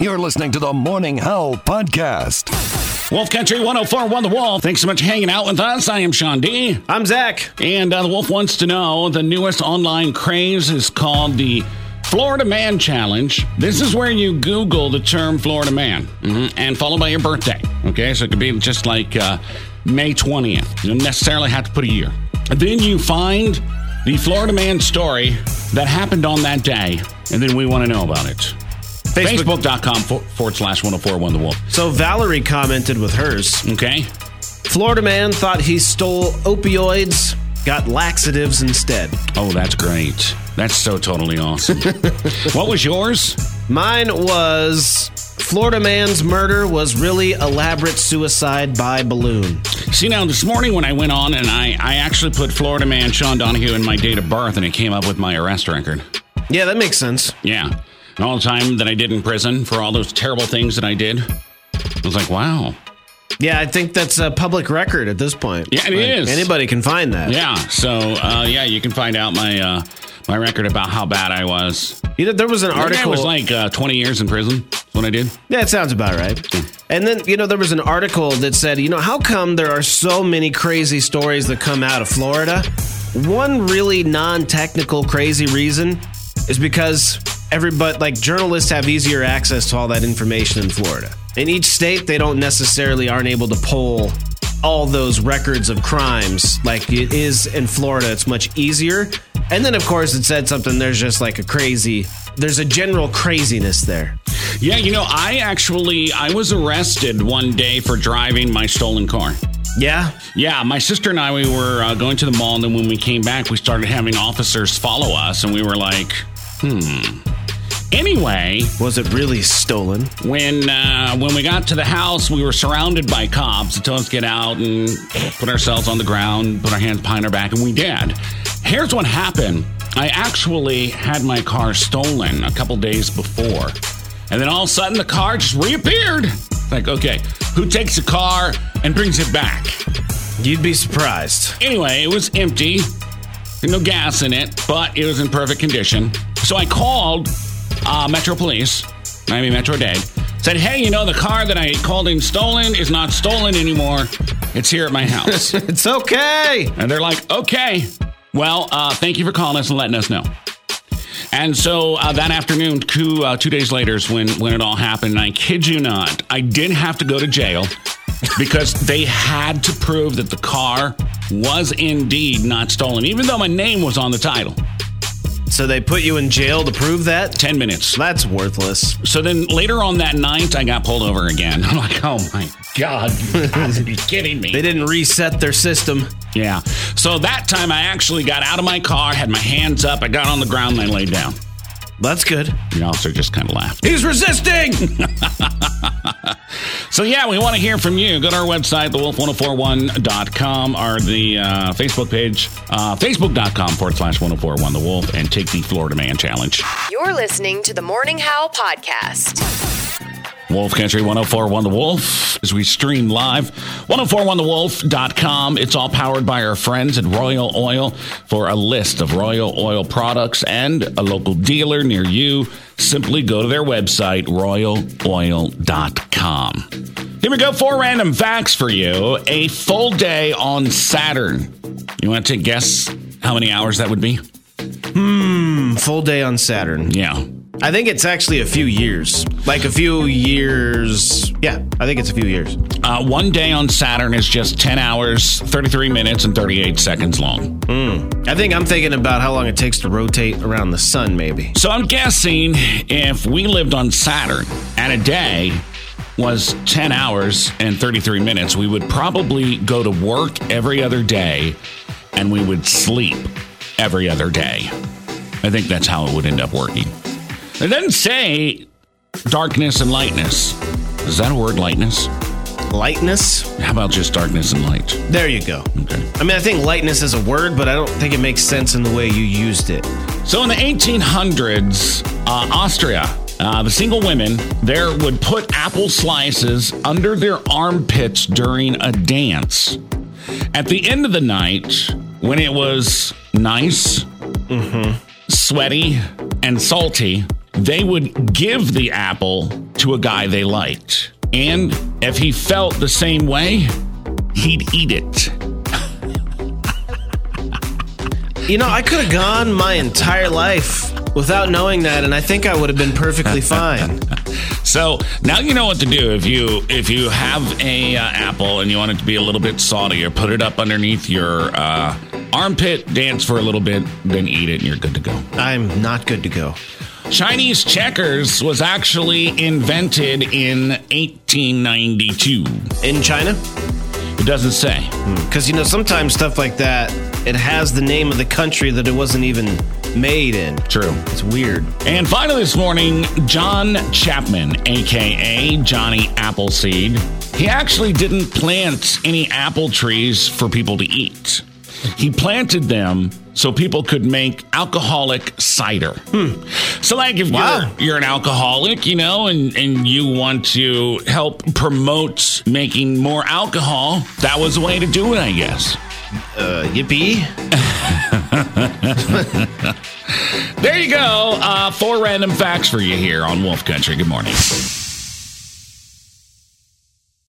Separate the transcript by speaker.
Speaker 1: You're listening to the Morning Howl Podcast.
Speaker 2: Wolf Country 1041 The Wolf. Thanks so much for hanging out with us. I am Sean D.
Speaker 3: I'm Zach.
Speaker 2: And uh, The Wolf wants to know the newest online craze is called the Florida Man Challenge. This is where you Google the term Florida Man mhm, and followed by your birthday. Okay, so it could be just like uh, May 20th. You don't necessarily have to put a year. And then you find the Florida Man story that happened on that day, and then we want to know about it.
Speaker 3: Facebook.
Speaker 2: Facebook.com for- forward slash 1041 The Wolf.
Speaker 3: So Valerie commented with hers.
Speaker 2: Okay.
Speaker 3: Florida man thought he stole opioids, got laxatives instead.
Speaker 2: Oh, that's great. That's so totally awesome. what was yours?
Speaker 3: Mine was Florida man's murder was really elaborate suicide by balloon.
Speaker 2: See, now this morning when I went on and I, I actually put Florida man Sean Donahue in my date of birth and it came up with my arrest record.
Speaker 3: Yeah, that makes sense.
Speaker 2: Yeah. And all the time that I did in prison for all those terrible things that I did. I was like, wow.
Speaker 3: Yeah, I think that's a public record at this point.
Speaker 2: Yeah, it
Speaker 3: it is.
Speaker 2: is.
Speaker 3: Anybody can find that.
Speaker 2: Yeah. So, uh, yeah, you can find out my uh, my record about how bad I was.
Speaker 3: You know, there was an
Speaker 2: I think I
Speaker 3: article.
Speaker 2: was like uh, 20 years in prison. That's what I did.
Speaker 3: Yeah, it sounds about right. And then, you know, there was an article that said, you know, how come there are so many crazy stories that come out of Florida? One really non technical crazy reason is because everybody, like journalists, have easier access to all that information in Florida. In each state, they don't necessarily aren't able to pull all those records of crimes like it is in Florida. It's much easier. And then, of course, it said something. There's just like a crazy, there's a general craziness there.
Speaker 2: Yeah, you know, I actually I was arrested one day for driving my stolen car.
Speaker 3: Yeah.
Speaker 2: Yeah, my sister and I we were uh, going to the mall, and then when we came back, we started having officers follow us, and we were like, "Hmm." Anyway,
Speaker 3: Was it really stolen?
Speaker 2: when uh, when we got to the house, we were surrounded by cops that told us to get out and put ourselves on the ground, put our hands behind our back, and we did. Here's what happened: I actually had my car stolen a couple days before, and then all of a sudden the car just reappeared. Like, okay, who takes the car and brings it back?
Speaker 3: You'd be surprised.
Speaker 2: Anyway, it was empty, no gas in it, but it was in perfect condition. So I called uh, Metro Police, Miami Metro Dade, said, "Hey, you know the car that I called in stolen is not stolen anymore. It's here at my house."
Speaker 3: It's okay.
Speaker 2: And they're like, okay, well, uh, thank you for calling us and letting us know. And so uh, that afternoon, two, uh, two days later is when, when it all happened. And I kid you not, I did have to go to jail because they had to prove that the car was indeed not stolen, even though my name was on the title.
Speaker 3: So they put you in jail to prove that?
Speaker 2: 10 minutes.
Speaker 3: That's worthless.
Speaker 2: So then later on that night, I got pulled over again. I'm like, oh my God, you gotta be kidding me.
Speaker 3: They didn't reset their system.
Speaker 2: Yeah. So that time I actually got out of my car, had my hands up, I got on the ground, and I laid down.
Speaker 3: That's good.
Speaker 2: The officer just kind of laughed.
Speaker 3: He's resisting.
Speaker 2: So, yeah, we want to hear from you. Go to our website, thewolf1041.com, or the uh, Facebook page, uh, facebook.com forward slash 1041 The Wolf, and take the Florida Man Challenge.
Speaker 4: You're listening to the Morning Howl Podcast.
Speaker 2: Wolf Country 1041 The Wolf as we stream live. 1041thewolf.com. It's all powered by our friends at Royal Oil for a list of Royal Oil products and a local dealer near you. Simply go to their website, royaloil.com. Here we go. Four random facts for you. A full day on Saturn. You want to guess how many hours that would be?
Speaker 3: Full day on Saturn.
Speaker 2: Yeah.
Speaker 3: I think it's actually a few years. Like a few years. Yeah, I think it's a few years.
Speaker 2: Uh, one day on Saturn is just 10 hours, 33 minutes, and 38 seconds long.
Speaker 3: I think I'm thinking about how long it takes to rotate around the sun, maybe.
Speaker 2: So I'm guessing if we lived on Saturn and a day was 10 hours and 33 minutes, we would probably go to work every other day and we would sleep every other day. I think that's how it would end up working. It doesn't say darkness and lightness. Is that a word, lightness?
Speaker 3: Lightness?
Speaker 2: How about just darkness and light?
Speaker 3: There you go.
Speaker 2: Okay.
Speaker 3: I mean, I think lightness is a word, but I don't think it makes sense in the way you used it.
Speaker 2: So in the 1800s, uh, Austria, uh, the single women there would put apple slices under their armpits during a dance. At the end of the night, when it was nice, sweaty, and salty, they would give the apple to a guy they liked. And if he felt the same way, he'd eat it.
Speaker 3: You know, I could have gone my entire life without knowing that, and I think I would have been perfectly fine.
Speaker 2: So now you know what to do if you if you have a uh, apple and you want it to be a little bit saltier, put it up underneath your uh, armpit, dance for a little bit, then eat it, and you're good to go.
Speaker 3: I'm not good to go.
Speaker 2: Chinese checkers was actually invented in 1892.
Speaker 3: In China?
Speaker 2: It doesn't say.
Speaker 3: Because, you know, sometimes stuff like that, it has the name of the country that it wasn't even made in.
Speaker 2: True.
Speaker 3: It's weird.
Speaker 2: And finally, this morning, John Chapman, aka Johnny Appleseed, he actually didn't plant any apple trees for people to eat. He planted them so people could make alcoholic cider. Hmm. So, like, if
Speaker 3: Wow.
Speaker 2: you're, you're an alcoholic, you know, and, and you want to help promote making more alcohol, that was a way to do it, I guess.
Speaker 3: Uh, yippee.
Speaker 2: There you go. Uh, four random facts for you here on Wolf Country. Good morning.